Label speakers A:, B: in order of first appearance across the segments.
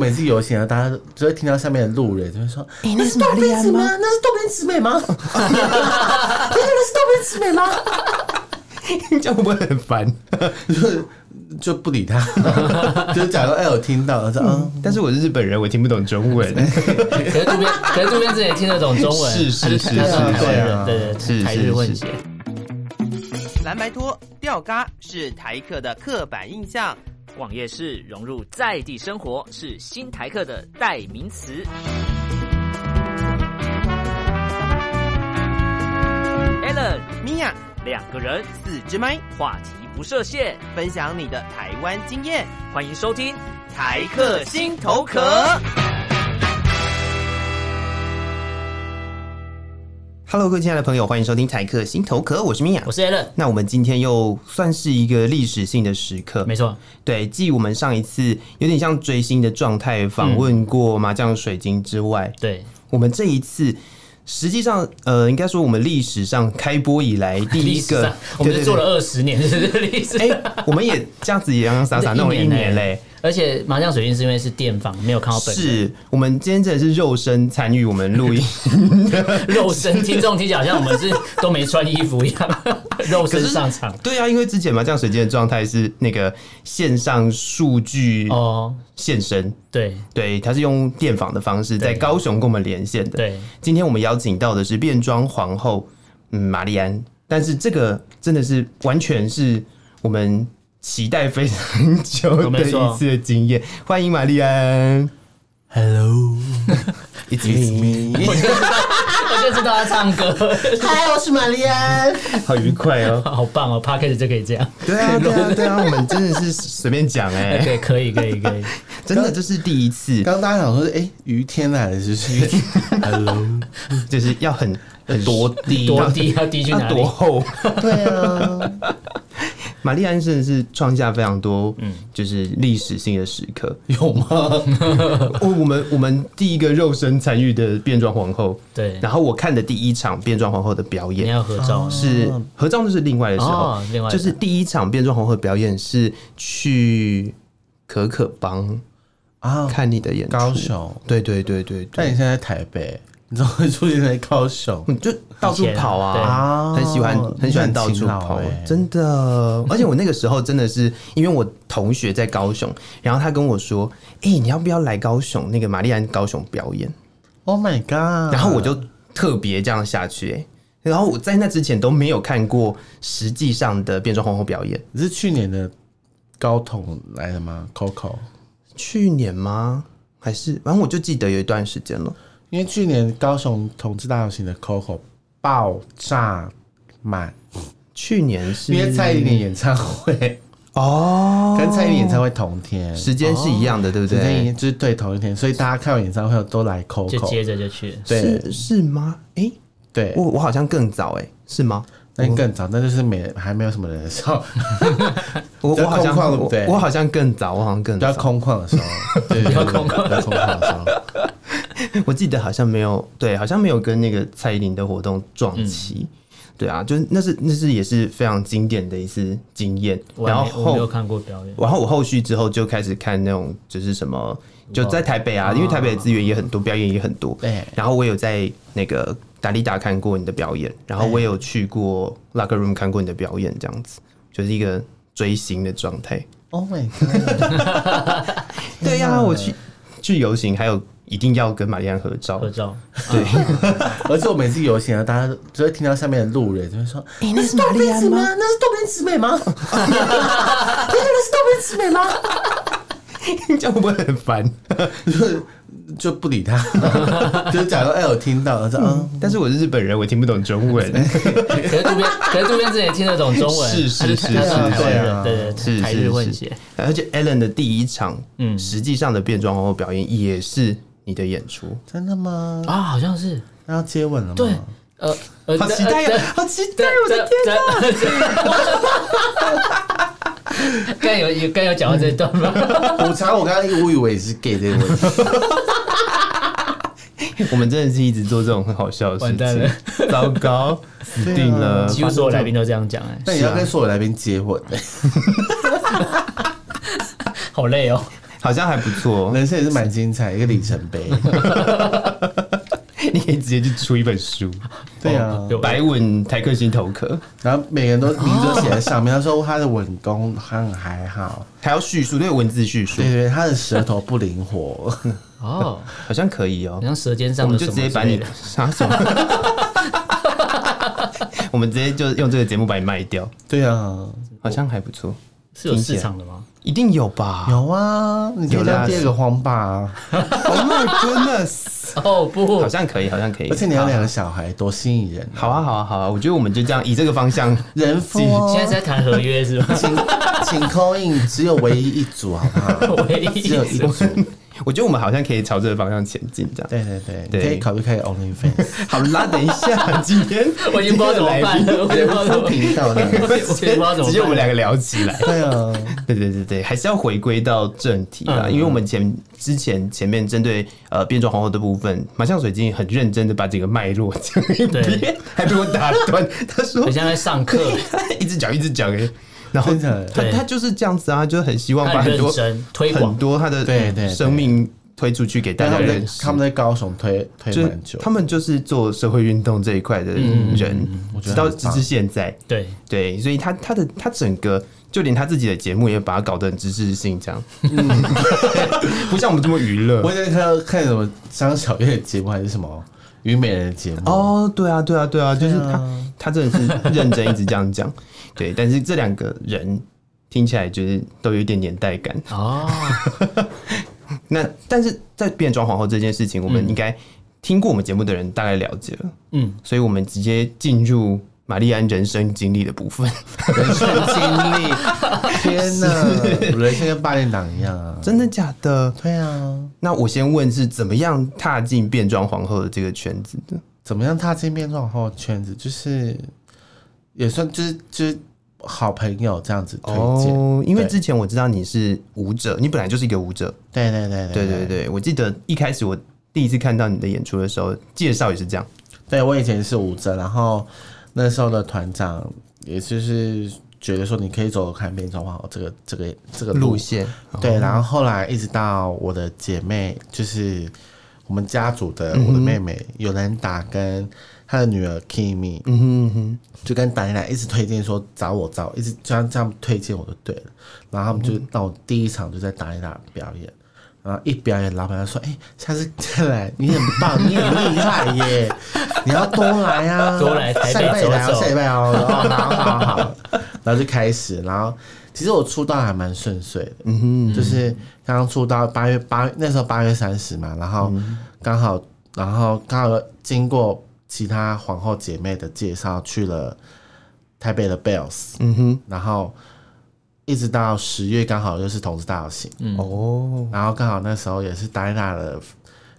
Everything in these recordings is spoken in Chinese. A: 每次游行啊，大家只会听到下面的路人就会说：“
B: 哎
A: 那
B: 那
A: 是
B: 是
A: 豆
B: 玛丽
A: 边
B: 安
A: 姊妹
B: 吗
A: 啊，那是豆边姊 妹吗？”对，那是豆边姊妹吗？
C: 这样会不会很烦？
A: 就是就不理他，就是 假装哎有听到，我说嗯，
C: 但是我是日本人，我听不懂中文。
D: 可是渡边，可是渡边自己也听得懂中文，
C: 是是
D: 他
C: 是
D: 他是台湾
A: 对啊
D: 人，对对，
C: 是
D: 台
C: 是
D: 日混
C: 是
D: 血。
E: 蓝白拖、吊嘎是台客的刻板印象。
F: 网页式融入在地生活是新台客的代名词。Allen
E: 米娅，
F: 两个人，
E: 四支麦，
F: 话题不设限，
E: 分享你的台湾经验，
F: 欢迎收听
E: 台
F: 台
E: 客
F: 客
E: 心
F: 心
E: 头
F: 头
E: 壳
F: 壳。。
C: Hello，各位亲爱的朋友，欢迎收听台客心头壳，我是米娅
D: 我。是 Allen，
C: 那我们今天又算是一个历史性的时刻，
D: 没错，
C: 对，继我们上一次有点像追星的状态访问过麻将水晶之外，
D: 对，
C: 我们这一次实际上，呃，应该说我们历史上开播以来第
D: 历
C: 一
D: 史
C: 个
D: 上，我们
C: 对
D: 是
C: 对
D: 做了
C: 对
D: 二十年，是不是历史。
C: 哎、我们也这样子洋洋洒洒弄了一年嘞、
D: 而且麻将水晶是因为是电访，没有看到本人
C: 是我们今天真的是肉身参与我们录音，
D: 肉身，听众听起来好像我们是都没穿衣服一 样，肉身上场
C: 对啊，因为之前麻将水晶的状态是那个线上数据
D: 哦，
C: 现身，
D: 对
C: 对，它是用电访的方式在
D: 对
C: 高雄跟我们连线的。
D: 对，
C: 今天我们邀请到的是变装皇后，嗯，玛丽安。但是这个真的是完全是我们期待非常久
D: 我
C: 的
D: 没错
C: 一次的经验。欢迎玛丽安，
A: Hello, it's me。
D: 我就知道他唱歌，
A: 嗨，我是玛丽安。
C: 好愉快哦！
D: 好棒哦 p a c k a g e 就可以这样，
C: 对啊，对 啊，对啊，我们真的是随便讲 哎、
D: 对，可以可 以可以，
C: 真的这是第一次，
A: 刚刚大家想说，哎，于天来了是不是？Hello，
C: 就是要很很
A: 多低
D: 多低要低去
C: 要
D: 哪
C: 多
D: 里？
C: 厚？对啊，玛丽安真的是创下非常多，嗯，就是历史性的时刻。
A: 有吗？
C: 我我们我们第一个肉身参与的变装皇后，
D: 对，
C: 然后我看的第一场变装皇后的表
D: 你
C: 演
D: 要合照
C: 是合照，就是另外的时候，
D: 哦另外的
C: 就是第一场变装皇后的表演是去可可帮
A: 啊，
C: 看你的演出，
A: 高雄。
C: 对对对对
A: 但你
C: 对，
A: 现在在台北，你怎么会出现在高雄？
C: 你嗯就到处跑
D: 以前
C: 啊。
A: 啊
C: 很喜欢，很喜欢到处跑，真的。 而且我那个时候真的是，因为我同学在高雄，然后他跟我说：“哎、你要不要来高雄那个玛丽安高雄表演？”嗯
A: Oh my god！
C: 然后我就特别这样下去、欸，然后我在那之前都没有看过实际上的变装皇后表演。
A: 你是去年的高筒来的吗？Coco，
C: 去年吗？还是反正我就记得有一段时间了。
A: 因为去年高雄同志大游行的 Coco 爆炸满，
C: 去年是
A: 因为蔡依林演唱会
C: 哦，
A: 跟蔡依林演唱会同天，
C: 时哦间是一样的，对不
A: 时间一
C: 对？
A: 就是对同一天，所以大家看完演唱会都来
D: 就接
A: Coco，
D: 着就去了。
A: 对
C: 是哦是吗？诶，
A: 对
C: 我。我好像更早诶，是吗？
A: 但更早，那就是没还没有什么人的时候，
C: 我
A: 比
C: 我
A: 较
C: 好像
A: 空旷对不
C: 我
A: 对
C: 我好像更早，我好像更
A: 比较
C: 早，
A: 空旷的时候，对，比较空旷，比较空旷的时候，
C: 我记得好像没有对，好像没有跟那个蔡依林的活动撞期。
D: 嗯
C: 对啊，就是那是那是也是非常经典的一次经验。
D: 我还
C: 然后
D: 没我没
C: 后
D: 有看过表演，
C: 然后我后续之后就开始看那种就是什么，就在台北
D: 哦
C: 啊，因为台北的资源也很多，表演也很多。
A: 对
C: 然后我有在那个达利达看过你的表演，然后我有去过 Locker Room 看过你的表演，这样子就是一个追星的状态。
A: Oh my god！
C: 对呀、我去去游行，还有一定要跟玛丽安合照
D: 合。照，
A: 而且我每次游行啊，大家就会听到下面的路人就会说：“
B: 哎那是玛丽安吗？
A: 那是豆边姊妹吗？ 那是豆边姊妹吗
C: 这样会不会很烦？？”
A: 就是就不理 他，就是假装哎有听到，我说嗯，
C: 但是我是日本人，我听不懂中文。
D: 可是渡边，可是渡边自己也听得懂中文，
C: 是是
D: 他
C: 是
D: 他是
C: 是
D: 台湾
A: 对啊
D: 人，对
C: 是
D: 对，
C: 是
D: 台日混
C: 是
D: 血，
C: 而且 Allen 的第一场，嗯，
D: 嗯
C: 实际上的变装皇后表演也是你的演出。
A: 真的吗？
D: 啊，好像是
A: 那要接吻了吗？
D: 对，呃呃，
C: 好期
A: 啊
C: 待
D: 呃
C: 呀、好期待！
D: 对，
C: 我的天，
D: 天！刚有有刚有讲到这一段吗？
A: 补啊偿我刚刚我以为 是啊 gay 这个问题，
C: 我们真的是一直做这种很好笑的事
D: 完蛋
C: 情，糟 糕，死定了！
D: 几乎所有来宾都这样讲，哎，
A: 但也要跟所有来宾接吻，
D: 好累哦。
C: 好像还不 错。
A: 人生也是蛮精彩，一个里程碑。
C: 你可以直接去出一本书，
A: 对啊，
C: 有百稳台克星头壳，
A: 然后每个人都名字都写在上面。他说他的稳功很还好，
C: 还要叙述，对文字叙述
A: 对，对，他的舌头不灵活，
D: 哦，
C: 好像可以哦
D: 好、像舌尖
C: 我
D: 上
C: 们
D: 的
C: 就
D: 什
C: 直
D: 么
C: 接把你
D: 之类的
C: 杀手， 我们直接就用这个节目把你卖掉，
A: 对啊，
C: 好像还不错，
D: 是有市场的吗？
C: 一定有吧？
A: 有啊，你可
C: 有
A: 以
C: 啦
A: 当第二个黄爸 啊，
C: ，Oh my goodness，
D: 哦不
C: 好，像可以，好像可以，
A: 而且你要两个小孩，多吸引人啊，
C: 好啊，好啊，好啊，我觉得我们就这样以这个方向，
A: 人夫哦
D: 现在是在谈合约是吧？
A: 请请 call in，只有唯一一组，好不好？
D: 唯一
A: 只有一组，
C: 我觉得我们好像可以朝这个方向前进，这样。
A: 对对对，
C: 对
A: 你可以考虑开 OnlyFans
C: 好啦，等一 下，今天
D: 我已经不知道怎么办了，我已经不知道怎
A: 人
D: 么
A: 夫
D: 办
A: 频道的，
D: 我已经不知道怎么办了。
C: 直接我们两个聊起来。
A: 对啊，
C: 对对对对，还是要回归到正题啦，
D: 嗯
C: 因为我们前之前前面针对呃变装皇后的部分，马相水晶很认真的把整个脉络讲一遍
D: 对，
C: 还被我打断，他 说
D: 很像在上课，
C: 一直讲一直讲哎，然后
A: 真的
C: 他
D: 对
C: 他就是这样子啊，就很希望把
D: 他很
C: 很多
D: 认真推广
C: 很多他
A: 对对
C: 的
A: 对
C: 生命推出去给大
A: 但
C: 家
A: 他们
C: 认
A: 在
C: 识
A: 他。们在高雄推推
C: 就
A: 蛮久，嗯
C: 他们就是做社会运动这一块的人，
A: 我觉
C: 直
A: 得
C: 到
A: 很
C: 直
A: 棒
C: 至现在，
D: 对，
C: 对，所以他他的他整个，就连他自己的节目也把他搞得很知识性，这样，不像我们这么娱乐
A: 我。以前看到看什么张小月的节目还是什么虞美人的节目，
C: 哦，对啊，对啊，对啊，就是
A: 对
C: 他，
A: 啊
C: 他真的是认真一直这样讲，对。但是这两个人听起来就是都有一点年代感。
D: 哦，
C: 那但是在变装皇后这件事情，我们应该听过我们节目的人大概了解了，
D: 嗯，
C: 所以我们直接进入玛丽安人生经历的部分。
A: 人生经历，天哪，我人生跟八点档一样啊！
C: 真的假的？
A: 对啊，
C: 那我先问是怎么样踏进变装皇后的这个圈子的？
A: 怎么样踏进变装皇后的圈子？就是也算就是就是好朋友这样子推荐，
C: 哦，因为
A: 对
C: 之前我知道你是舞者，你本来就是一个舞者。
A: 对对
D: 哎
A: 对
C: 对
A: 对
C: 对对，我记得一开始我第一次看到你的演出的时候，介绍也是这样。
A: 对我以前是舞者，然后那时候的团长也就是觉得说你可以走走看变装皇后这个这个这个路
C: 路线，
A: 对，然后后来一直到我的姐妹，就是我们家族的我的妹妹尤兰达跟她的女儿 Kimi，
C: 嗯哼嗯哼，
A: 就跟达尼娜一直推荐说找我找我，一直这样这样推荐我就对了。然后他们就到我第一场就在达尼娜表演。然后一表演，老板就说：“哎、下次再来，你很棒，你很厉害耶， 你要多来啊，
D: 多来台北
A: 下礼拜也来
D: 走
A: 哦，
D: 走
A: 下礼拜哦，然后好好好，然后就开始，然后其实我出道还蛮顺遂的，
C: 嗯哼，
A: 就是刚刚出道八月八那时候八月三十嘛，然后
C: 嗯
A: 刚好然后刚好经过其他皇后姐妹的介绍去了台北的 Bells，
C: 嗯哼，
A: 然后一直到十月刚好又是同志大游行，
C: 哦，
A: 然后刚好那时候也是戴娜的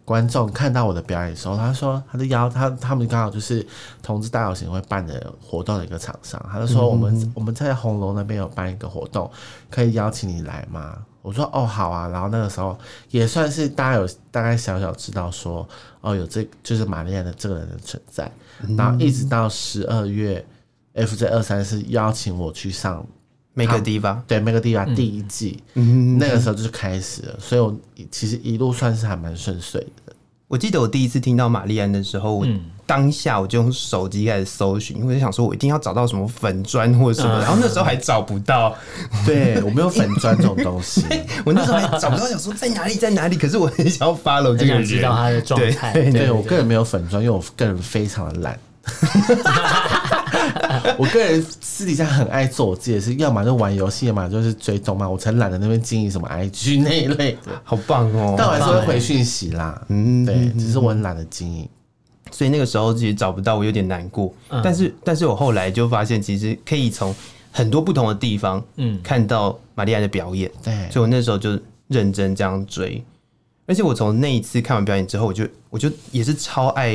A: 观众看到我的表演的时候，他说他就邀他他们刚好就是同志大游行会办的活动的一个厂商，他就说我们、我们在红楼那边有办一个活动，可以邀请你来吗？我说哦好啊，然后那个时候也算是大家有大概小小知道说哦有这就是玛丽安的这个人的存在，然后一直到十二月 FJ 二三是邀请我去上
C: 每个地方，
A: 对《每个地方》第一季，
C: 嗯
A: 那个时候就是开始了，所以我其实一路算是还蛮顺遂的。
C: 我记得我第一次听到玛丽安的时候，我
D: 嗯
C: 当下我就用手机开始搜寻，因为我就想说我一定要找到什么粉砖或者什么，
D: 嗯
C: 然后那时候还找不到，
A: 对我没有粉砖这种东西，
C: 我那时候还找不到，想说在哪里在哪里，可是我很想要 follow 这
D: 很
C: 个人，
D: 想知道他的状态。
C: 对
A: 对我个人没有粉砖，因为我个人非常的懒。 我个人私底下很爱做我自己的事，要么就玩游戏，要么就是追动漫，我才懒得那边经营什么 IG 那一类的。
C: 好棒哦！
A: 但我还是会回讯息啦，
C: 嗯
A: 嗯，对，只是我很懒得经营。
C: 所以那个时候其实找不到，我有点难过。
D: 嗯
C: 但是，但是我后来就发现，其实可以从很多不同的地方，嗯
D: 嗯，
C: 看到玛丽安的表演。
A: 对
C: 所以我那时候就认真这样追。而且我从那一次看完表演之后，我就我就也是超爱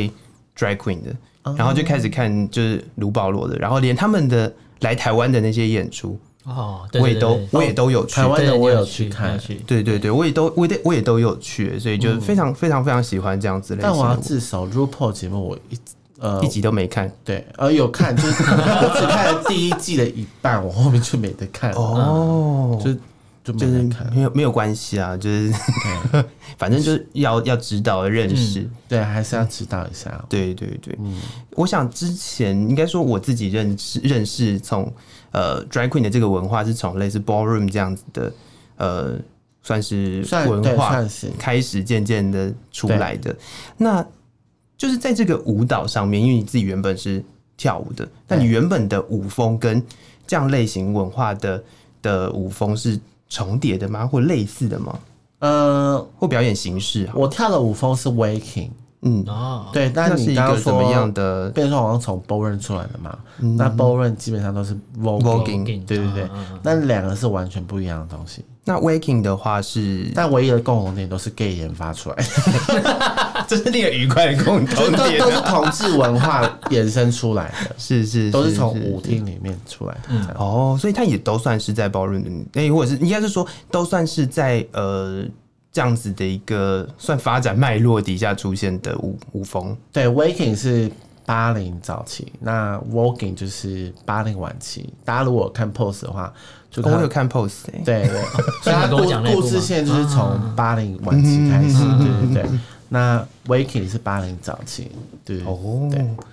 C: drag queen 的，
A: 哦
C: 然后就开始看就是卢保罗的，然后连他们的来台湾的那些演出，
D: 哦，对
C: 我也
D: 对
C: 都
D: 对
C: 我也都有去
A: 台。湾的
D: 对
A: 我
D: 你
A: 有
D: 去
A: 去
D: 你
A: 看
D: 有，去
C: 对对对，我也都我也得我也都有去，所以就非常非常非常喜欢这样子类
A: 嗯
C: 型
A: 但
C: 的舞。
A: 我要自首 RuPaul 节目我一呃
C: 一集都没看
A: 对，呃，有看， 就是我只看了第一季的一半，我后面就没得看了。
C: 哦
A: 就就没
C: 就是
A: 人看。
C: 没有没有关系啊，就是 反正就是要要指导认识。
A: 对，还是要指导一下。
C: 对对对，
A: 嗯
C: 我想之前应该说我自己认识认识从呃 drag queen 的这个文化是从类似 ballroom 这样子的呃算是
A: 算
C: 文
A: 对
C: 化
A: 算是
C: 开始渐渐的出来的。那就是在这个舞蹈上面，因为你自己原本是跳舞的，那你原本的舞风跟这样类型文化的的舞风是重叠的吗？或类似的吗？
A: 呃，
C: 或表演形式啊？
A: 我跳的舞风是 waking，
C: 嗯，
D: 哦，
A: 对，但
C: 那是
A: 你
C: 一
A: 刚
C: 个
A: 刚
C: 怎
A: 说
C: 么样的？嗯
A: 变成好像从 b o w r n 出来的嘛，那 b o w r n 基本上都是 voguing，
D: 哦
C: Voguing，
A: 对对
C: 啊
A: 对，那两个是完全不一样的东西，
C: 那 waking 的话是
A: 但唯一的共同点都是 gay 研发 出来的，
C: 这是令人愉快的共
A: 都
C: 同
A: 都
C: 点
A: 都是同啊志文化衍生出来的，
C: 是是
A: 都是从舞厅里面出来的，这样
C: 哦，所以它也都算是在包润的，哎、或者是应该是说都算是在呃这样子的一个算发展脉络底下出现的舞舞风。
A: 对，waking 是。八零早期，那 walking 就是八零晚期。大家如果有看 pose 的话，就
C: 哦
A: 看
C: 我有看 pose，、欸、
A: 对，对，所以他
D: 你跟我讲那
A: 故
D: 部
A: 故
D: 吗
A: 事线就是从八零晚
C: 嗯
A: 期开始，对对对。那 Waking 是八零早期，对对
C: 哦，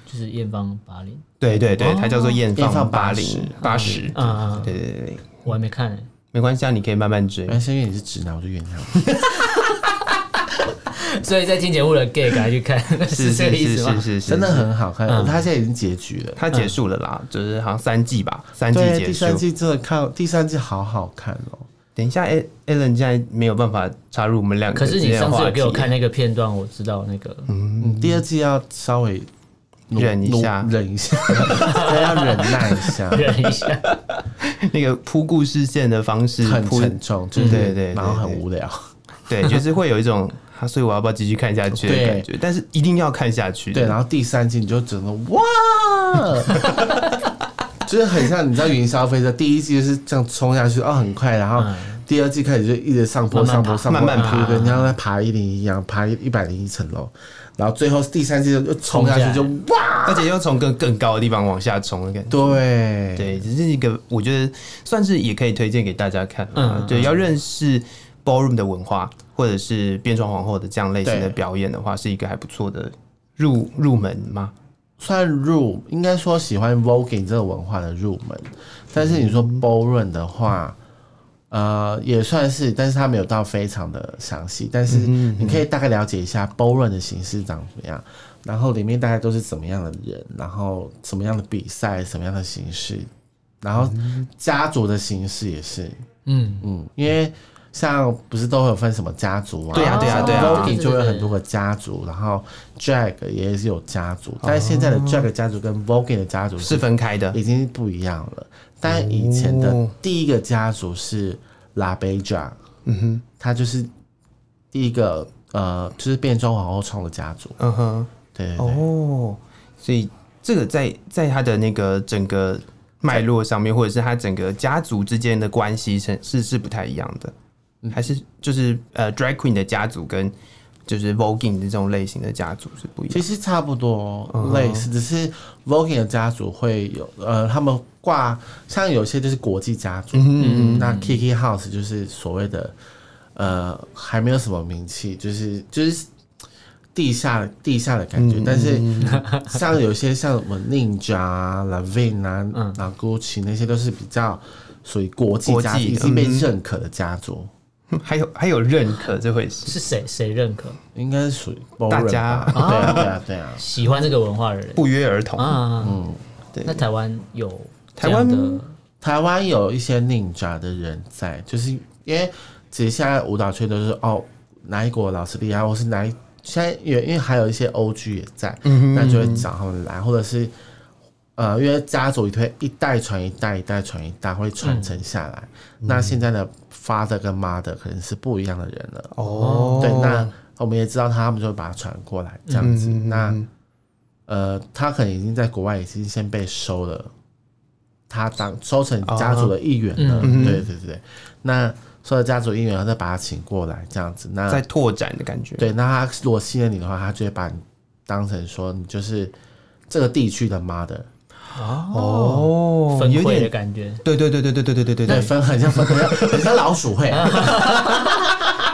D: 就是艳芳八零，
C: 对对对，它叫做艳
A: 艳放
C: 放
A: 八
C: 八
A: 十
C: 零八十，
D: 嗯嗯
C: 对对对对，
D: 我还没看 欸。
C: 没关系啊，你可以慢慢追
A: 对。。但是因为你是直男，我就原谅你。
D: 所以在听节目的 gay 赶快去看，
C: 是
D: 这
C: 是
D: 个意
C: 是
D: 思
C: 是
D: 吗？
C: 是，是
A: 真的。
C: 是
A: 很好看，他现在已经结局了。
C: 它结束了啦，就是好像三季吧，三季
A: 对，
C: 结
A: 第
C: 束
A: 三。季真的看，第三季好好看哦。
C: 等一下，A Alan 现在没有办法插入我们两个
D: 可
C: 之
D: 是你
C: 间的话题。
D: 上次有给我看那个片段，我知道那个
A: 嗯，第二季要稍微努
C: 忍一下
A: 努忍一下， 对，要忍耐一下，
D: 忍一下，
C: 那个铺故事线的方式
A: 很
C: 铺，
A: 沉重，就
C: 对
A: 是
C: 对对
A: 然后很无聊。
C: 对，就是会有一种，啊、所以我要不要继续看下去的
A: 对
C: 感觉？但是一定要看下去。
A: 对，然后第三季你就整个哇，就是很像你知道云霄飞车第一季就是这样冲下去哦，很快，然后
D: 嗯
A: 第二季开始就一直上坡
D: 慢
A: 上
D: 慢
A: 坡
D: 爬
A: 上坡，
C: 慢慢爬
A: 对，你像在爬一零一一样，爬一百零一层楼，然后最后第三季就又冲下去就哇，
C: 而且要从更更高的地方往下冲的感觉。
A: 对
C: 对，只是一个我觉得算是也可以推荐给大家看啦。
D: 嗯嗯
C: 对，要认识 ballroom 的文化，或者是变装皇后的这样类型
A: 对
C: 的表演的话，是一个还不错的入入门吗？
A: 算入，应该说喜欢 voguing 这个文化的入门，但是你说 b o r o n 的话，呃，也算是，但是它没有到非常的详细，但是你可以大概了解一下 b o r o n 的形式长什么样，然后里面大概都是怎么样的人，然后什么样的比赛，什么样的形式，然后家族的形式也是，
D: 嗯，
A: 嗯，因为像不是都会有分什么家族啊？
C: 对啊对啊对啊
A: Voguing 就会有很多个家族，然后 drag 也是有家族，但是现在的
C: 哦
A: drag 家族跟 voguing 的家族
C: 是分开的
A: 已经不一样了。但以前的第一个家族是 La Beja，嗯哼，他就是第一个呃，就是变装皇后创的家族，
C: 嗯哼。
A: 对对对。
C: 哦，所以这个在在他的那个整个脉络上面，或者是他整个家族之间的关系是是是不太一样的，
A: 嗯
C: 还是就是呃，drag queen 的家族跟就是 voguing 的这种类型的家族是不一样
A: 其
C: 的。
A: 实差不多类似，只是 Voguing 的家族会有呃，他们挂像有些就是国际家族，嗯那 Kiki House 就是所谓的呃还没有什么名气，就是就是地下地下的感觉，但是像有些像什么 Ninja 啊、Lavin 啊、
D: 嗯
A: 然后 Gucci 那些都是比较属于国际家族，
C: 国际
A: 已
C: 的
A: 经被认可的家族，
C: 还有还有认可这回事，
D: 是谁谁认可
A: 应该是属于
C: 大家
A: Bowen 吧对啊对啊对啊，
D: 喜欢这个文化的人
C: 不约而同。
A: 嗯。
D: 啊？
C: 嗯对
D: 那台湾有
C: 台湾
D: 这样的
A: 台湾有一些 ninja 的人在，就是因为其实现在舞蹈圈都是哦哪一国老师厉害，或是哪一现在也因为还有一些 OG 也在，那就会找他们来，或者是呃，因为家族也会一代传一代，一代传一代会传承下来。那现在的 father 跟 mother 可能是不一样的人了，
C: 哦
A: 对，那我们也知道他们就会把它传过来这样子。
C: 嗯
A: 那呃，他可能已经在国外已经先被收了，他当收成家族的一员了。对对对，那收了家族一员，然后再把他请过来这样子。那
C: 在拓展的感觉。
A: 对，那他如果信任你的话，他就会把你当成说你就是这个地区的 mother。
C: 哦
D: 分
C: 有
D: 会的
C: 点
D: 感觉。
C: 对对对对对对对对对
A: 对，
C: 对，
A: 分很像分很像很像老鼠会，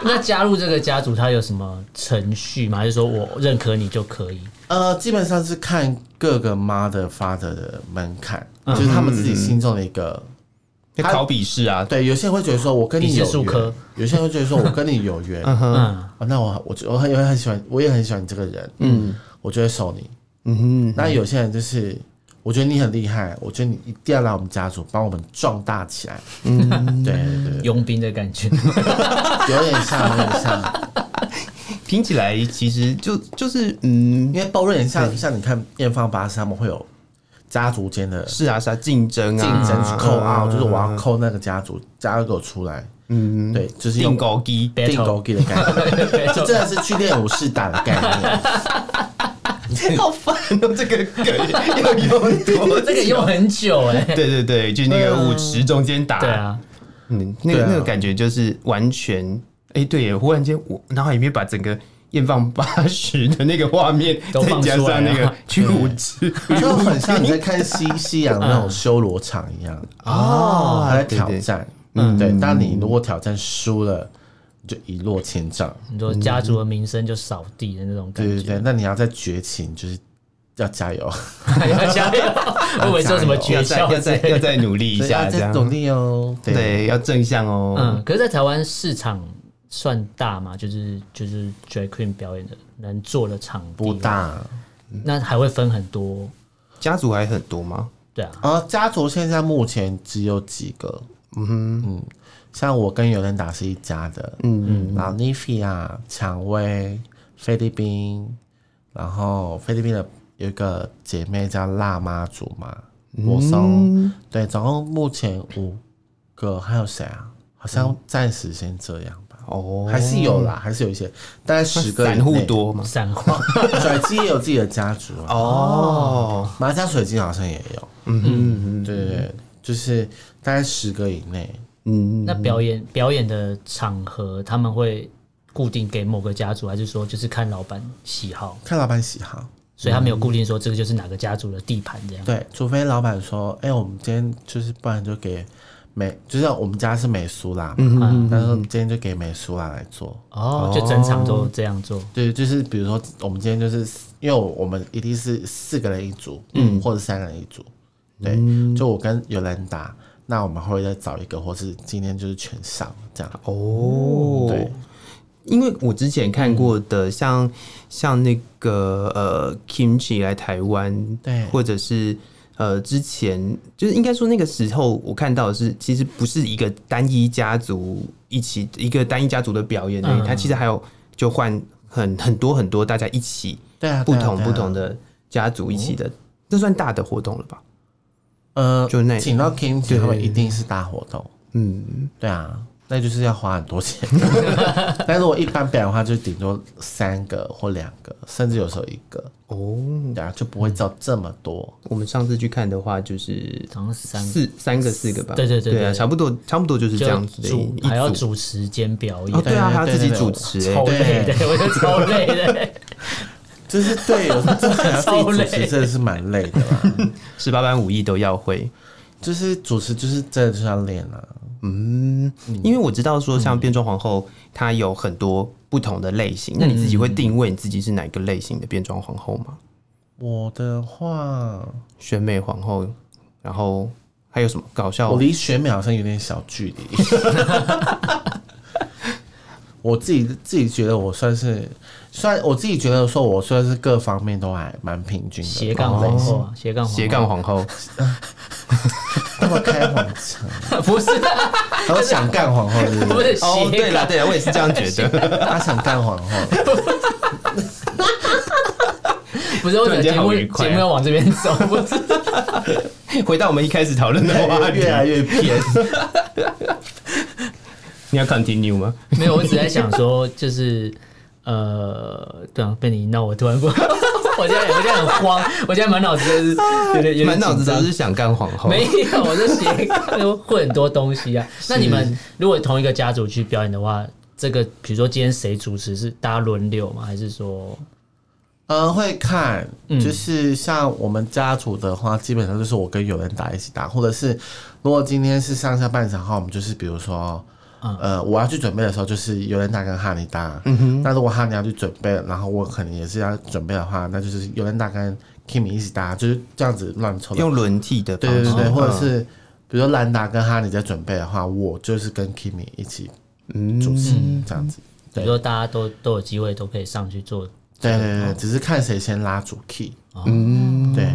D: 那加入这个家族，它有什么程序吗？还是说我认可你就可以？
A: 呃，基本上是看各个妈的发的的门槛，就是他们自己心中的一个。
C: 要考笔试啊，
A: 对，有些人会觉得说我跟你
D: 笔试
A: 有
D: 术
A: 缘
D: 科，
A: 有些人会觉得说我跟你有缘，
C: 嗯哼，
D: 嗯，
A: 啊，那我我就我很我也很喜欢，我也很喜欢你这个人，嗯，我就会收你。
C: 嗯哼，
A: 那有些人就是，我觉得你很厉害，我觉得你一定要来我们家族帮我们壮大起来。嗯， 对对
D: 佣兵的感觉。
A: 对，有点像，有点 像，
C: 听起来其实就就是
A: 因
C: 嗯，
A: 为包瑞很像像你看艳放巴士，他们会有家族间的
C: 是啊是啊，竞争啊，
A: 竞争去扣啊，
C: 嗯
A: 就是我要扣那个家族，家给我出来。嗯，对，就是用
C: 定 高低，
D: Battle
A: 定狗给的概 念，就真的是去练武士打的概念。
C: 好烦哦，这个梗要用 多久
D: 这个用很久哎、
C: 对啊对对，就是那个舞池中间打，
D: 对，啊，
C: 嗯，那个
A: 对啊
C: 那个感觉就是完全，哎，对耶，忽然间我脑海里面把整个。艳放八十的那个画面，
D: 都
C: 再
D: 放
C: 加
D: 出来
C: 上那
A: 啊
D: 了
C: 个去舞 池
A: 就很像你在看西西洋那种修罗场一样，
C: 哦
A: 他在挑战，嗯，对。但你如果挑战输了，你就一落千丈，
D: 你说家族的名声就扫地的那种感
A: 对对
D: 觉，
A: 对。那你要再崛起，你就是要加 油，
D: 要加油！我以为说什么诀
C: 要再
D: 窍
C: 要
D: 之
C: 再
D: 类的
C: 要再努力一
A: 所以
C: 下，
A: 要
C: 这
A: 再
C: 样
A: 努力哦。对，
C: 对，要正向哦。
D: 嗯，可是，在台湾市场算大嘛？就是就是 drag queen 表演的能做的场地
A: 不，大。
D: 那还会分很多，
C: 家族还很多吗？
D: 对啊，
A: 而呃家族现在目前只有几个，嗯像我跟尤伦达是一家的，嗯嗯，然后 Nifi 啊，蔷薇，菲律宾，然后菲律宾的有一个姐妹叫辣妈族嘛，我松，
C: 嗯
A: 对，总共目前五个，还有谁啊？好像暂时先这样吧，
C: 哦，
A: 还是有啦，还是有一些，大概十个以
C: 散户
A: 内。
C: 多吗？
D: 散花
A: 甩鸡也有自己的家族啊，
C: 哦，
A: 麻将水晶好像也有，嗯嗯，对对对，就是大概十个以内，
C: 嗯，
D: 那表演表演的场合，他们会固定给某个家族，还是说就是看老板喜好？
A: 看老板喜好。
D: 所以他没有固定说这个就是哪个家族的地盘这样。
A: 对，除非老板说，哎、我们今天就是，不然就给美，就是我们家是美苏啦，嗯，但是我们今天就给美苏啦来做。
D: 哦，就整场都这样做。
A: 对，就是比如说，我们今天就是因为我们一定是四个人一组，嗯，或者三个人一组，对，就我跟尤兰达，那我们会再找一个，或是今天就是全上这样。
C: 哦，
A: 对，
C: 因为我之前看过的，像像那个呃，Kimchi 来台湾，
A: 对
C: 或者是呃，之前就是应该说那个时候我看到的是，其实不是一个单一家族一起一个单一家族的表演而已，
D: 嗯
C: 它其实还有就换很很多很多大家一起
A: 对啊，哦
C: 不同不同
A: 的，
C: 的家族一起的，这算大的活动了吧？
A: 呃，
C: 就那
A: 请到 Kim 姐他们
C: 对
A: 一定是大活动。
C: 嗯，
A: 对啊，那就是要花很多 钱。但是我一般表演的话，就顶多三个或两个，甚至有时候一个，
C: 哦，
A: 对啊，就不会造这么多。
C: 我们上次去看的话，就是
D: 好像是三个
C: 四三个四个吧，
D: 对对对
C: 对
D: 对
C: 啊，差不多差不多就是
D: 就
C: 这样子的
D: 主
C: 一
D: 还要
C: 一组。
D: 主持兼表
C: 哦，
D: 演，
C: 对啊，
A: 对
C: 还要自己主持
D: 超
C: 哎，
D: 累的，我就超累的。
A: 就是对，有时候真的要自己主持，真的是蛮累的啦。
C: 十八般武艺都要会。
A: 就是主持，就是真的就是要练啊。
C: 嗯，因为我知道
D: 嗯
C: 说，像变装皇后，她有很多不同的类型。那你自己
D: 嗯
C: 会定位你自己是哪一个类型的变装皇后吗？
A: 我的话，
C: 选美皇后，然后还有什么搞笑
A: 我？离选美好像有点小距离。我自己自己觉得我算是，算我自己觉得说，我算是各方面都还蛮平均的。哦
D: 斜杠皇后啊，斜杠
C: 哦
D: 皇后
C: 斜杠皇 后，
A: 干嘛开黄腔？
D: 不是
A: 还有想干皇后 是不
D: 不
A: 是？
D: 是
C: 哦，
D: 斜
C: 对了
D: 杠，
C: 对了，我也是这样觉得。
A: 他想干皇后，
D: 不是我
C: 突
D: 整个
C: 然间
D: 节目
C: 好愉快啊
D: 节目要往这边 走，不是
C: 回到我们一开始讨论的话题
A: 越，来越偏。
C: 你要 continue 吗？
D: 没有，我只在想说，就是呃，对啊，被你一闹，我突然过， 我现在我现在很慌，我现在满脑子就是有点有点
C: 满脑子
D: 紧张
C: 都是想干皇后，
D: 没有，我是斜杠，会很多东西 啊。那你们如果同一个家族去表演的话，这个比如说今天谁主持是大家轮流吗？还是说
A: 呃，会看，
D: 嗯
A: 就是像我们家族的话，基本上就是我跟有人打一起打，或者是如果今天是上下半场的话，我们就是比如说。
D: 嗯
A: 呃，我要去准备的时候，就是有人打跟哈尼打。
C: 嗯
A: 那如果哈尼要去准备，然后我可能也是要准备的话，那就是有人打跟 Kimi 一起打，就是这样子乱凑的。
C: 用轮替的
A: 对
C: 方式，
A: 对对对，
C: 嗯
A: 或者是比如说兰达跟哈尼在准备的话，我就是跟 Kimi 一起主持、
C: 嗯
A: 这样子。
D: 比如说大家都都有机会，都可以上去做。
A: 对对对，只是看谁先拉主 key。
C: 嗯，
A: 对，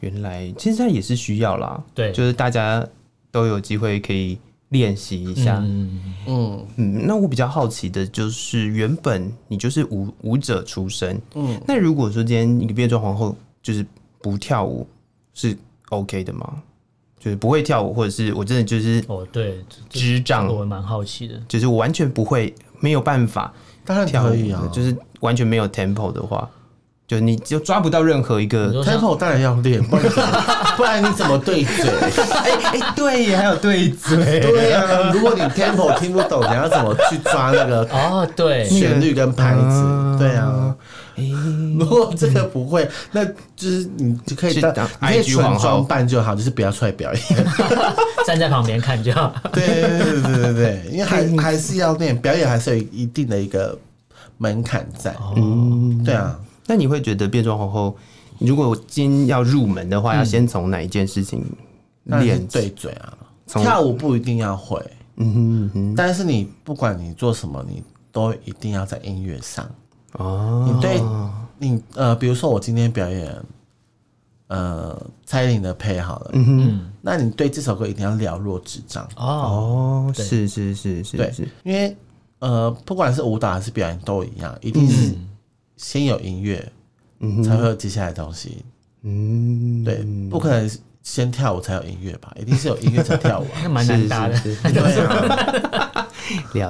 C: 原来其实它也是需要啦，
D: 对
C: 就是大家都有机会可以练习一下。
D: 嗯，
A: 嗯。
C: 嗯，那我比较好奇的就是，原本你就是舞舞者出身，嗯，那如果说今天你变装皇后，就是不跳舞是 OK 的吗？就是不会跳舞，或者是我真的就是
D: 哦，对，这这
C: 智障
D: 这个我蛮好奇的。
C: 就是我完全不会，没有办法
A: 当然
C: 跳
A: 可
C: 舞
A: 以
C: 的，
A: 啊，
C: 就是完全没有 tempo 的话，就你就抓不到任何一
D: 你
C: 个。
D: 说像
A: tempo 当然要练，不然你怎 么不然你怎么对嘴？
C: 哎哎、对耶，还有对嘴，
A: 对啊，如果你 tempo 听不懂，你要怎么去抓那个
D: 哦，对，
A: 旋律跟拍
C: 嗯
A: 子？对啊，如果这个不会，那就是你就可以
C: 去
A: 当
C: 当
A: 你可以
C: IG
A: 纯
C: 皇后
A: 装扮就好，就是不要出来表演。
D: 站在旁边看就好。
A: 对对对对对对，因为还还是要练表演，还是有一定的一个门槛在。嗯，对啊，
C: 那你会觉得变装皇后，如果今天要入门的话，
D: 嗯
C: 要先从哪一件事情
A: 那是
C: 练？
A: 对嘴啊，
C: 从
A: 跳舞不一定要会，
C: 嗯哼嗯哼，
A: 但是你不管你做什么，你都一定要在音乐上。
D: 嗯
C: 哦，
A: 你对你呃，比如说我今天表演呃蔡依林的配好了，
D: 嗯，
A: 那你对这首歌一定要了若指掌，
D: 哦，
C: 哦，
D: 对
C: 是是是
A: 对
C: 是是，，
A: 因为呃，不管是舞蹈还是表演都一样，一
D: 嗯
A: 定是先有音乐，
C: 嗯
A: 才会有接下来的东西。
C: 嗯，
A: 对，不可能先跳舞才有音乐吧？一定是有音乐才跳舞啊、
D: 那蛮难搭的。
C: 是 是是
A: 对啊，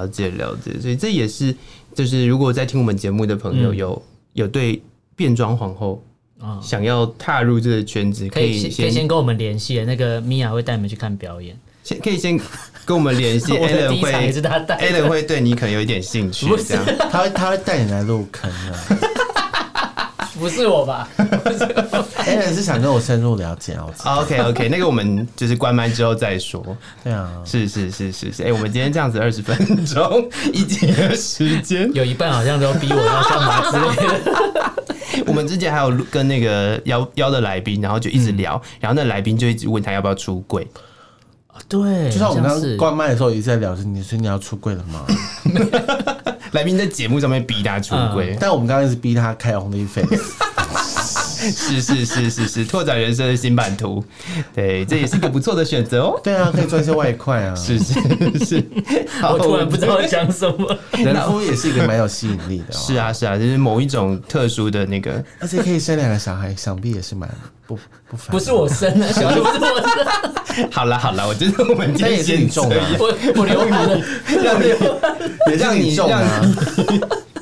C: 了解了解，所以这也是就是如果在听我们节目的朋友
D: 嗯
C: 有、有对变装皇后
D: 啊，
C: 想要踏入这个圈子，
D: 可以
C: 以
D: 先可以
C: 先
D: 先跟我们联系，那个米娅会带你们去看表演。
C: 先可以先跟我们联系
D: 我的
C: ，Allen
D: 第一场 也是
C: 会
D: 哎他带的
C: Allen 会对你可能有一点兴趣，
D: 不是
C: 这样
A: 他会他会带你来入坑啊。
D: 不是我吧？
A: a l 是想跟我深入了解啊，我知道
C: OK OK，那个我哦们就是关麦之后再说。
A: 对啊，
C: 是是是是是，哎、我们今天这样子二十分钟 一节的时间，
D: 有一半好像都逼我要干嘛之类的。
C: 我们之前还有录跟那个邀邀的来宾，然后就一直
D: 嗯
C: 聊，然后那来宾就一直问他要不要出柜，
D: 对，
A: 就像我们
D: 好
A: 刚
D: 是
A: 刚关麦的时候一直在聊，是你说你要出柜了吗？
C: 来宾在节目上面逼他出
D: 嗯
C: 柜，
A: 但我们刚刚一直逼他开 Only Face，
C: 是是是是是，拓展人生的新版图，对，这也是一个不错的选择哦。
A: 对啊，可以赚一些外快啊。
C: 是是是，好
D: 我突然不知道讲什么。
A: 人夫也是一个蛮有吸引力的、哦，
C: 是，啊是啊，就是某一种特殊的那个，
A: 而且可以生两个小孩，想必也是蛮不不凡。
D: 不是我，生 的，小孩不是我生的，
C: 好啦好啦，我觉得我们今
A: 但也
C: 天
A: 是
C: 先
A: 你中的、啊，
D: 我我流汗了。
C: 让你
A: 也是
C: 让你
A: 中的、啊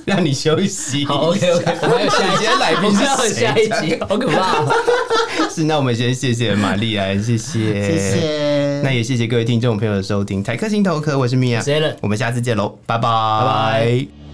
C: 让。让你休息。
D: 好，OK OK，我们还有下
C: 今
D: 一集
C: 天来宾
D: 我
C: 是
D: 们还有
C: 谁
D: 下一集，好可怕哦。
C: 是，那我们先谢谢玛丽安，谢谢，
A: 谢。谢，
C: 那也谢谢各位听众朋友的收听，台客心头壳，我是米娅
D: 我是 Alan，
C: 我们下次见喽，拜拜，拜拜。